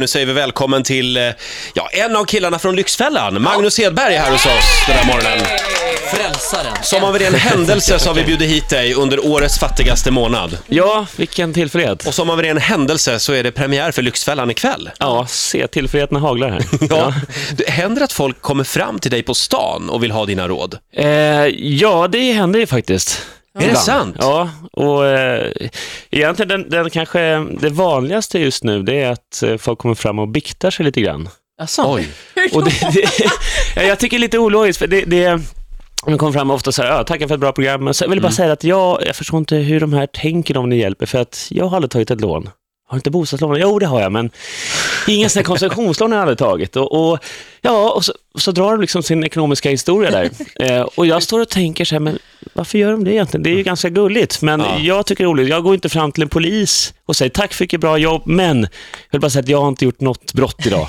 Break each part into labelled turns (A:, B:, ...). A: Nu säger vi välkommen till eh, ja, en av killarna från Lyxfällan, Magnus Hedberg är här hos oss den här morgonen.
B: Frälsaren.
A: Som av en ren händelse så har vi bjudit hit dig under årets fattigaste månad.
C: Ja, vilken tillfällighet.
A: Och som av en ren händelse så är det premiär för Lyxfällan ikväll.
C: Ja, se tillfälligheten haglar här.
A: Ja. Det händer att folk kommer fram till dig på stan och vill ha dina råd?
C: Eh, ja, det händer ju faktiskt.
A: Är det
C: Ibland.
A: sant?
C: Ja, och eh, egentligen den, den kanske, det vanligaste just nu det är att eh, folk kommer fram och biktar sig lite grann.
B: Jaså?
A: Oj.
C: Och det, det, ja, jag tycker det är lite ologiskt, för det, det de kommer fram ofta så här, ja, tackar för ett bra program, men så vill jag bara säga att jag, jag förstår inte hur de här tänker om ni hjälper, för att jag har aldrig tagit ett lån. Har du inte bostadslån? Jo, det har jag, men inga sådana här konsumtionslån har jag aldrig tagit. Och, och, ja, och så, så drar de liksom sin ekonomiska historia där. Eh, och jag står och tänker så här, men varför gör de det egentligen? Det är ju ganska gulligt, men
A: Ja.
C: jag tycker det är roligt. Jag går inte fram till en polis och säger tack för vilket bra jobb, men jag vill bara säga att jag har inte gjort något brott idag.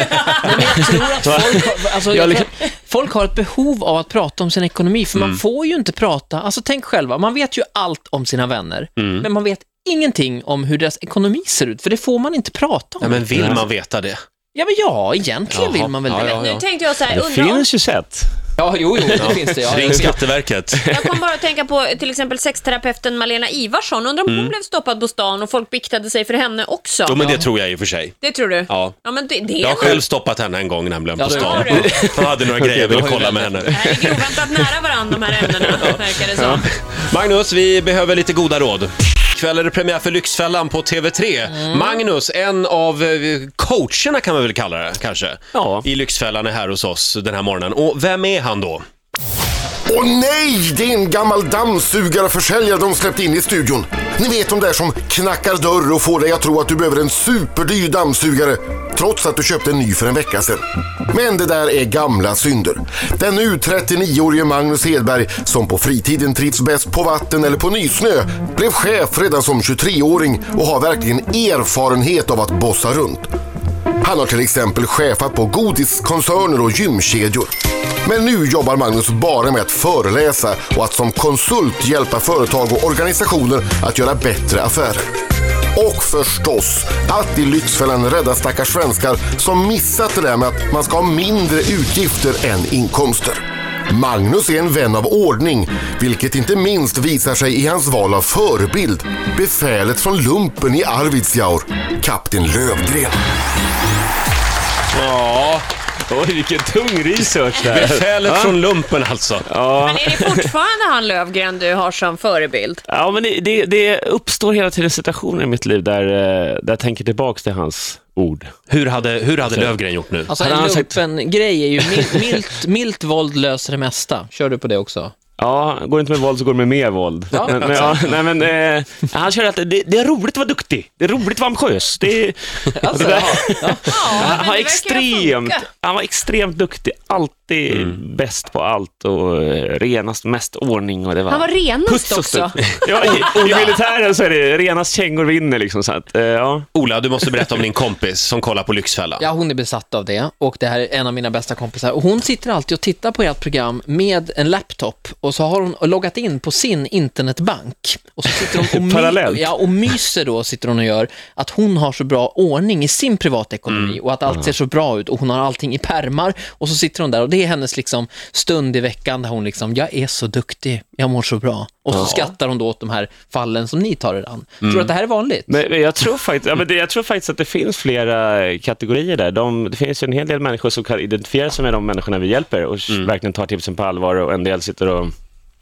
B: Jag tror att folk, alltså,
C: Jag
B: jag tror
C: liksom-
B: att folk har ett behov av att prata om sin ekonomi, för man får ju inte prata. Alltså tänk själva, man vet ju allt om sina vänner, men man vet ingenting om hur deras ekonomi ser ut, för det får man inte prata om.
A: Ja, men vill man veta det?
B: Ja, men ja, egentligen
A: Jaha.
B: vill man väl
A: Ja,
B: det.
A: ja, ja.
D: Nu tänkte jag så här,
C: Det
D: undrar om,
C: finns ju sätt.
B: Ja, jo, jo, det finns det. Ja,
A: Ring Skatteverket.
D: jag kom bara att tänka på till exempel sexterapeuten Malena Ivarsson, undrar om
C: Mm.
D: hon blev stoppad på stan och folk biktade sig för henne också.
A: Jo, men det tror jag i och för sig.
D: Det tror du?
A: Ja.
D: Ja men det, det
A: Jag har
D: är
A: själv stoppat henne en gång nämligen på
B: Ja, det-
A: stan.
D: Har du?
A: Jag hade några grejer jag ville
B: då har vi
A: kolla med
B: vänt
A: henne.
D: det här ligger oväntat nära varandra de här ämnena, verkar det som.
A: Magnus, vi behöver lite goda råd. Ikväll är det premiär för Lyxfällan på TV3.
C: Mm.
A: Magnus, en av eh, coacherna kan man väl kalla det kanske,
C: Ja.
A: i Lyxfällan är här hos oss den här morgonen. Och vem är han då?
E: Åh nej, det är en gammal dammsugarförsäljare de släppte in i studion. Ni vet de där som knackar dörr och får dig att tro att du behöver en superdyr dammsugare trots att du köpte en ny för en vecka sedan. Men det där är gamla synder. Den nu 39-årige Magnus Hedberg som på fritiden trivs bäst på vatten eller på nysnö blev chef redan som 23-åring och har verkligen erfarenhet av att bossa runt. Han har till exempel chefat på godiskoncerner och gymkedjor. Men nu jobbar Magnus bara med att föreläsa och att som konsult hjälpa företag och organisationer att göra bättre affärer. Och förstås, att i Lyxfällan rädda stackars svenskar som missat det där med att man ska ha mindre utgifter än inkomster. Magnus är en vän av ordning, vilket inte minst visar sig i hans val av förebild. Befälet från lumpen i Arvidsjaur, kapten Lövgren.
A: Ja,
C: Oj, vilken tung research där.
A: befälet från lumpen alltså.
D: Men är det fortfarande han Lövgren du har som förebild?
C: Ja, men det, det, det uppstår hela tiden situationer i mitt liv där, eh, där jag tänker tillbaka till hans ord.
A: Hur hade, hur hade Lövgren gjort nu?
B: Alltså,
C: Hade
B: en
C: han sagt-
B: lumpen-grej är ju milt, milt, milt våld löser det mesta. Kör du på det också?
C: Ja, går det inte med våld så går det med mer våld.
B: Ja,
C: men, men, ja, nej, men, eh, han kör alltid, det, det är roligt att vara duktig, det är roligt att vara ambitiös. Det, är-
B: Alltså,
C: det där-
B: ja.
D: Ja, men
C: han, var
D: det verkar ju
C: extremt,
D: funka.
C: han var extremt duktig, alltid bäst på allt och eh, renast, mest ordning. Och det var,
D: Han var renast
C: puts och
D: också.
C: studs. ja, i, I militären så är det renast kängor vinner. Liksom, så att, eh, ja.
A: Ola, du måste berätta om din kompis som kollar på Lyxfällan.
B: Ja, hon är besatt av det och det här är en av mina bästa kompisar. Och hon sitter alltid och tittar på ert program med en laptop och så har hon loggat in på sin internetbank. Och så sitter hon och, my-
C: Parallellt.
B: ja, och myser då, sitter hon och gör, att hon har så bra ordning i sin privatekonomi
C: Mm.
B: och att allt ser så bra ut och hon har allting i pärmar och så sitter hon där och det är hennes liksom stund i veckan där hon liksom, jag är så duktig, jag mår så bra. Och så skrattar hon då åt de här fallen som ni tar er an. Tror du att det här är vanligt?
C: Mm. Men, men jag, tror faktiskt, ja, men det, jag tror faktiskt att det finns flera eh, kategorier där. De, det finns ju en hel del människor som kan identifiera sig med de människorna vi hjälper och s- verkligen tar tipsen på allvar och en del sitter och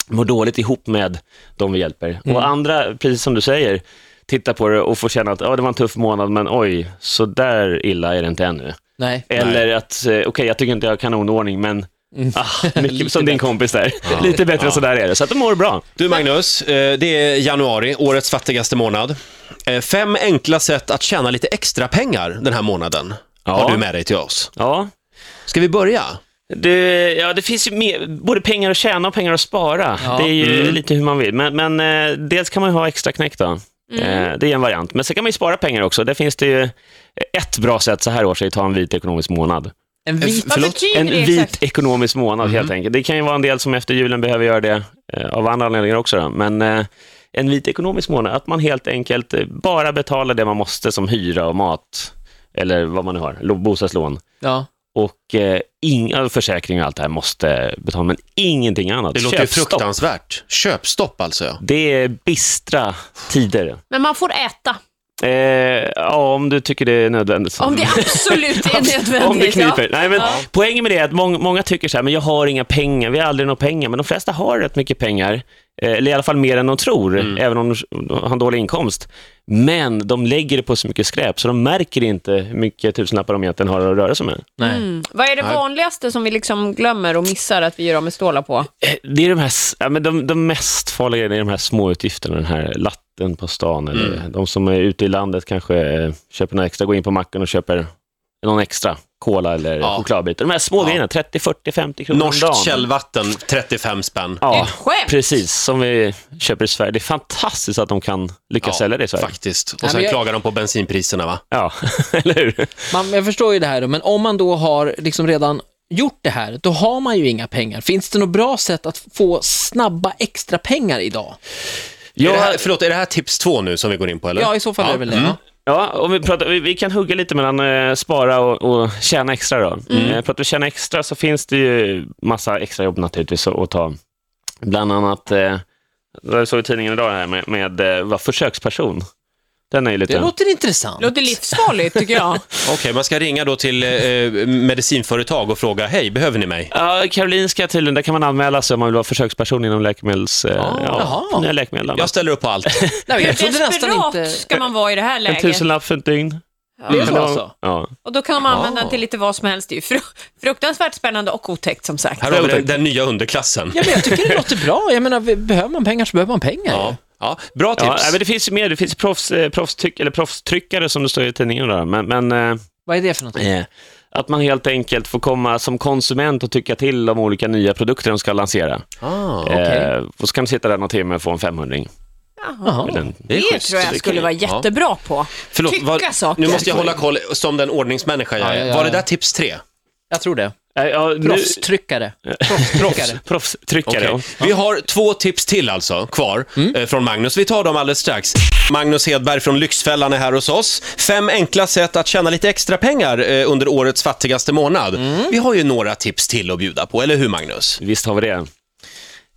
C: mår dåligt ihop med de vi hjälper. Och andra, precis som du säger, tittar på det och får känna att ja det var en tuff månad, men oj, så där illa är det inte ännu.
B: Nej.
C: Eller att, eh, okej, jag tycker inte jag har kanonordning, men ah, mycket som din kompis där. Lite bättre än så där är det. Så att de mår bra.
A: Du Magnus, eh, det är januari, årets fattigaste månad. Eh, Fem enkla sätt att tjäna lite extra pengar den här månaden har du med dig till oss.
C: Ja,
A: Ska vi börja?
C: Det, ja, det finns ju mer, både pengar att tjäna och pengar att spara.
B: Ja.
C: Det är ju lite hur man vill. Men, men eh, dels kan man ju ha extra knäck då. Eh, det är en variant. Men sen kan man ju spara pengar också. Där finns det ju ett bra sätt så här års är att ta en vit ekonomisk månad.
B: En vit
D: Vad betyder
C: En
D: det
C: vit
D: exakt?
C: ekonomisk månad helt enkelt. Det kan ju vara en del som efter julen behöver göra det eh, av andra anledningar också. Då. Men eh, en vit ekonomisk månad, att man helt enkelt eh, bara betalar det man måste som hyra och mat. eller vad man nu har, lo- bostadslån.
B: Ja.
C: Och eh, inga försäkringar och allt det här måste betala, men ingenting annat.
A: Det låter ju
C: Köpstopp.
A: fruktansvärt. Köpstopp alltså, ja.
C: Det är bistra tider.
D: Men man får äta.
C: Eh, ja, om du tycker det är nödvändigt. så.
D: Om det absolut är nödvändigt.
C: Mm. Om det kniper.
D: Ja.
C: Nej, men
D: Ja.
C: Poängen med det är att många, många tycker så här, men jag har inga pengar, vi har aldrig några pengar, men de flesta har rätt mycket pengar, eh, eller i alla fall mer än de tror,
A: Mm.
C: även om de har en dålig inkomst. Men de lägger det på så mycket skräp, så de märker inte hur mycket tusenlappar de egentligen har att röra sig med.
B: Nej.
D: Mm. Vad är det vanligaste som vi liksom glömmer och missar att vi gör av med stålar på?
C: Eh, Det är de här, s- ja, men de, de mest farliga grejerna, är de här små utgifterna, den här latten på stan, eller
A: Mm.
C: de som är ute i landet kanske eh, köper något extra, går in på macken och köper någon extra cola eller
A: Ja.
C: chokladbitar. De här små grejerna, 30, 40, 50 kronor om dagen.
A: Norskt källvatten, 35 spänn.
D: Det är
C: Ja,
D: ett skämt.
C: precis. Som vi köper i Sverige. Det är fantastiskt att de kan lyckas sälja det i Sverige.
A: Faktiskt. Och
B: men
A: sen
B: jag-
A: klagar de på bensinpriserna, va?
C: Ja, eller hur?
B: Man, jag förstår ju det här, då, men om man då har liksom redan gjort det här, då har man ju inga pengar. Finns det något bra sätt att få snabba extra pengar idag?
A: Är det här,
C: Jag,
A: förlåt, är det här tips två nu som vi går in på, eller?
B: Ja, i så fall är det väl det.
A: Mm.
B: ja.
C: ja, om vi, pratar, vi, vi kan hugga lite mellan eh, spara och, och tjäna extra. Då.
B: Mm.
C: Eh, pratar vi tjäna extra så finns det ju massa extra jobb naturligtvis att att ta. Bland annat, eh, jag såg i tidningen idag här med, med eh, vad, försöksperson. Den är ju lite...
B: Det låter intressant.
D: Låter livsfarligt tycker jag.
A: Okej, man ska ringa då till eh, medicinföretag och fråga, hej, behöver ni mig?
C: Ja, Karolinska tydligen, där kan man anmäla sig om man vill vara försöksperson inom läkemedels... Eh,
B: Ah, jaha.
C: ja, nya läkemedel.
A: Jag ställer upp på allt.
B: Nej, men
D: Hur
B: jag trodde nästan
D: desperat
B: inte...
D: ska man vara i det här
C: En
D: läget?
C: tusenlapp för ett dygn.
B: Det är
C: Kan
B: så
C: det vara-
B: alltså?
C: Ja.
D: Och då kan man använda den till lite vad som helst. Det är ju fru- fruktansvärt spännande och otäckt som sagt.
A: Här har vi den, den nya underklassen.
B: Ja, men jag tycker det låter bra. Jag menar, vi- behöver man pengar så behöver man pengar.
A: Ja, ja. Bra tips.
C: Ja, nej, men det finns ju mer. Det finns proffs, eh, proffstyck, eller proffstryckare som det står i tidningen. Där. Men, men eh,
B: Vad är det för någonting?
C: eh, att man helt enkelt får komma som konsument och tycka till om olika nya produkter de ska lansera.
A: Ah,
C: Eh, och så kan du sitta där någon timme och få en femhundring.
B: Jaha.
C: Eller en-
A: är
D: Det
A: schysst.
D: tror
A: Det
D: jag skulle
A: kan-
D: vara
A: ja.
D: jättebra på.
A: Förlåt,
D: Tycka
A: var,
D: saker.
A: nu måste jag hålla koll som den ordningsmänniska jag är.
B: Ja, ja, ja,
A: Var det
B: ja.
A: där tips tre?
B: Jag tror det.
C: Eh, ja, nu-
B: Proffstryckare. Proffstryckare.
C: Proffstryckare.
A: Okej. Vi har två tips till alltså kvar eh, från Magnus. Vi tar dem alldeles strax. Magnus Hedberg från Lyxfällan är här hos oss. Fem enkla sätt att tjäna lite extra pengar eh, under årets fattigaste månad. Vi har ju några tips till att bjuda på, eller hur Magnus?
C: Visst har vi det.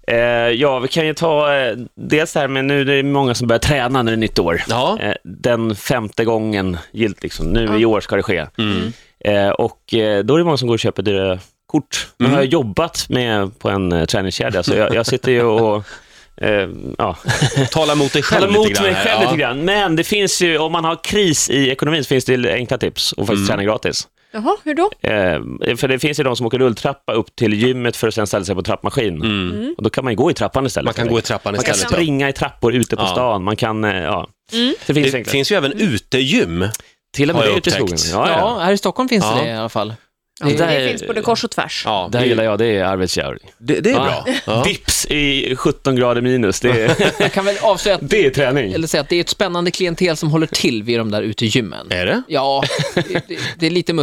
C: Eh, ja, vi kan ju ta eh, dels det här med nu, det är många som börjar träna när det är nytt år.
A: Ja.
C: Eh, den femte gången gillt, liksom. nu i år ska det ske.
A: Mm.
C: Eh, och eh, då är det många som går och köper dyra kort. Nu
A: Mm.
C: har jag jobbat med på en eh, träningskedja, så jag, jag sitter ju och eh, ja,
A: Tala mot dig själv
C: talar mot
A: lite grann.
C: mig
A: här.
C: själv
A: Ja.
C: lite grann. Men det finns ju, om man har kris i ekonomin, så finns det enkla tips och faktiskt
A: Mm.
C: träna gratis.
D: Jaha, hur då?
C: Eh, för det finns ju de som åker rulltrappa upp till gymmet för att sen ställa sig på trappmaskin. Och då kan man ju gå i trappan istället.
A: Mm. Man kan gå i trappan
C: man kan
A: istället. ja.
C: springa i trappor ute på
A: Ja.
C: stan. Man kan, eh, ja. Det finns,
A: Det
C: enkelt.
A: finns ju även utegym.
C: till och
A: har
C: med
A: jag
C: ute i skogen.
A: upptäckt.
C: Ja,
B: Ja,
C: ja.
B: här i Stockholm finns
A: Ja.
B: det i alla fall.
D: Det,
C: där-
D: finns både kors och tvärs.
A: Ja,
C: Det här gillar jag, det är Arvidsjaur.
A: det, det är
C: Ja.
A: bra. Mm. Ja.
C: Dips i 17 grader minus, det är,
B: Jag kan väl avslöja att,
C: det är träning.
B: eller säga att det är ett spännande klientel som håller till vid de där utegymmen.
A: Är det?
B: Ja, det, det är lite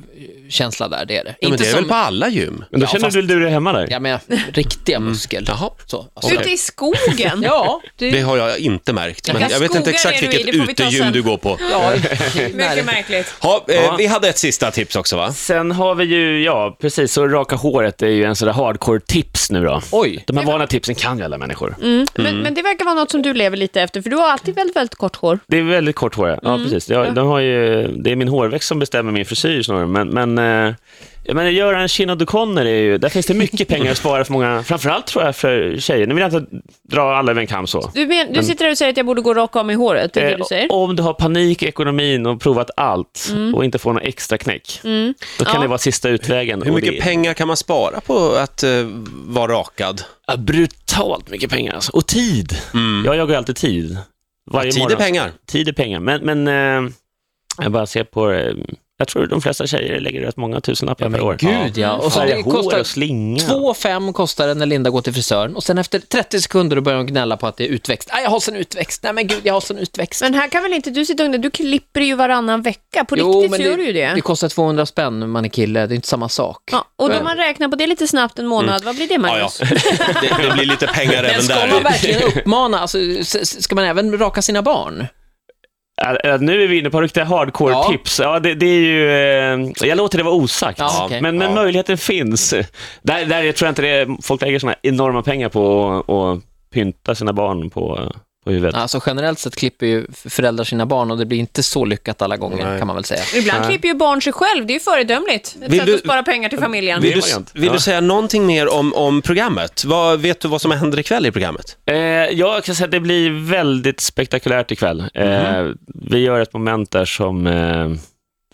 B: muskelbyggarkänsla där, det är det.
A: Ja, men det är
B: som,
A: väl på alla gym?
C: Men då
B: Ja,
C: känner
B: fast-
C: du du dig hemma där?
B: Ja, men riktiga muskel.
A: Jaha.
B: Så, alltså,
D: Ute i skogen?
B: Ja, det,
A: Det har jag inte märkt. Men
D: Vilka
A: jag vet inte
D: skogar
A: exakt
D: är du i?
A: vilket
D: Det får vi ta
A: utegym
D: sen.
A: du går på.
B: ja, det är nära.
D: Mycket märkligt.
A: Ha, eh,
C: Ja.
A: Vi hade ett sista tips också, va?
C: Sen har vi ju, ja precis, så raka håret är ju en sån där hardcore-tips nu då.
B: Oj.
C: De här vanliga tipsen kan ju alla människor.
A: Mm.
D: Men, men det verkar vara något som du lever lite efter, för du har alltid väldigt, väldigt kort hår.
C: Det är väldigt kort hår, ja.
D: Mm.
C: ja precis. Jag, de har ju, det är min hårväxt som bestämmer min frisyr snarare. Men, men, eh, jag menar, göra en Shinhado Conner är ju, där finns det mycket pengar att spara för många, framförallt tror jag för tjejer. Nu vill jag inte dra alla över en kam så.
D: Du, men, du sitter där och säger att jag borde gå och raka av mig håret, det är det du säger? Mm.
C: Eh, om du har panik i ekonomin och provat allt och inte får någon extra knäck, då kan
D: Ja.
C: det vara sista utvägen.
A: Hur
C: Och
A: mycket
C: det,
A: pengar kan man spara på att eh, vara rakad?
C: Ja, brutalt mycket pengar alltså. Och tid. Mm. Jag jagar ju alltid tid. Varje
A: Tid är
C: morgon.
A: pengar.
C: Tid är pengar. Men, men eh, jag bara ser på... Eh, jag tror de flesta tjejer lägger rätt många tusenlappar per år.
B: Gud, ja. Och så
C: Färga
B: det
C: hår
B: kostar
C: och slinga.
B: 2,5 kostar det när Linda går till frisören och sen efter 30 sekunder då börjar hon gnälla på att det är utväxt. Nej, jag har sån utväxt. Nej, men gud, jag har sån utväxt.
D: Men här kan väl inte du sitta och gnälla? Du klipper ju varannan vecka. På riktigt så gör du ju det.
B: Det kostar 200 spänn när man är kille. Det är inte samma sak.
D: Ja, och om man räknar på det lite snabbt en månad, vad blir det
A: Mm. Ja, ja.
D: Magnus?
A: Det, det blir lite pengar
B: Men
A: även
B: ska man
A: där.
B: verkligen uppmana, alltså, s- s- ska man även raka sina barn?
C: Ja, ja, Nu är vi inne på riktiga hardcore-tips. Ja. det, det är ju, eh, jag låter det vara osagt,
B: Ja, okej.
C: men, men möjligheten finns. Där, där tror jag inte det är, folk lägger såna enorma pengar på att- att pynta sina barn på, på huvudet.
B: Alltså generellt sett klipper ju föräldrar sina barn och det blir inte så lyckat alla gånger kan man väl säga.
D: Ibland klipper ju barn sig själv, det är ju föredömligt. Ett
A: Vill
D: sätt
A: du-
D: att spara pengar till familjen.
A: Vill,
C: Det är
A: du,
C: en variant.
A: vill
C: Ja.
A: du säga någonting mer om, om programmet? Vad, vet du vad som händer ikväll i programmet?
C: Eh, jag kan säga att det blir väldigt spektakulärt ikväll. Eh,
A: Mhm.
C: Vi gör ett moment där som eh,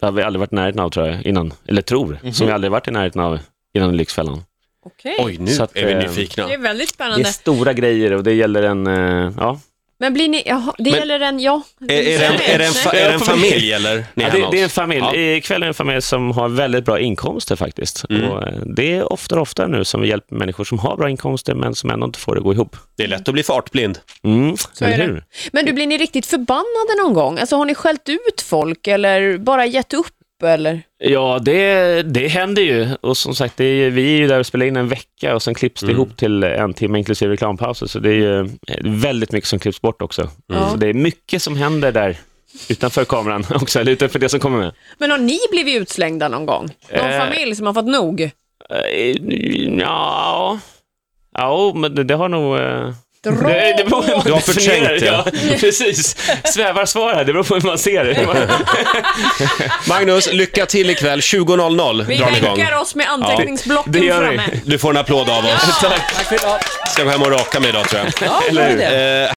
C: det har vi aldrig varit i närheten av tror jag, innan. Eller tror,
A: Mhm.
C: som vi aldrig varit i närheten av innan Lyxfällan.
D: Okej,
A: Oj, nu
C: Så att,
A: är vi
C: eh,
A: nyfikna.
D: det är väldigt
C: Det är
D: spännande.
C: stora grejer och det gäller en, eh, ja.
D: Men blir ni, jaha, det
A: Men-
D: gäller en, ja.
A: Är, är, det en, är, det en, fa- är det en familj eller? Ni är
C: ja
A: hemma
C: det, det är en
A: hos?
C: familj.
A: Ja.
C: Ikväll är det en familj som har väldigt bra inkomster faktiskt.
A: Mm.
C: Och eh, det är oftare och oftare nu som vi hjälper människor som har bra inkomster men som ändå inte får det att gå ihop.
A: Det är lätt att bli fartblind.
C: Mm,
D: är
C: eller
D: det.
C: hur?
D: Men du, blir ni riktigt förbannade någon gång? Alltså har ni skällt ut folk eller bara gett upp eller?
C: Ja, det, det händer ju. Och som sagt, det är, ju- vi är ju där och spelar in en vecka och sen klipps
A: Mm.
C: det ihop till en timme inklusive reklampauser. Så det är ju väldigt mycket som klipps bort också.
A: Mm.
C: Så det är mycket som händer där utanför kameran också, eller utanför det som kommer med.
D: Men har ni blivit utslängda någon gång? Någon
C: Eh.
D: familj som har fått nog?
C: Eh, Ja, ja men det, det har nog... eh, Det, det beror på hur man
A: Du har förträngt
C: definierar det. Ja, precis. Svävar svar här, det beror på hur man ser det.
A: Magnus, lycka till ikväll. 20.00
D: Vi
A: drar ni igång.
D: bänkar oss med anteckningsblocken
C: Det gör vi.
D: framme.
A: Du får en applåd av oss. Tack. Ska gå hem och raka mig idag tror jag.
B: Ja, bra idé.
A: Eh,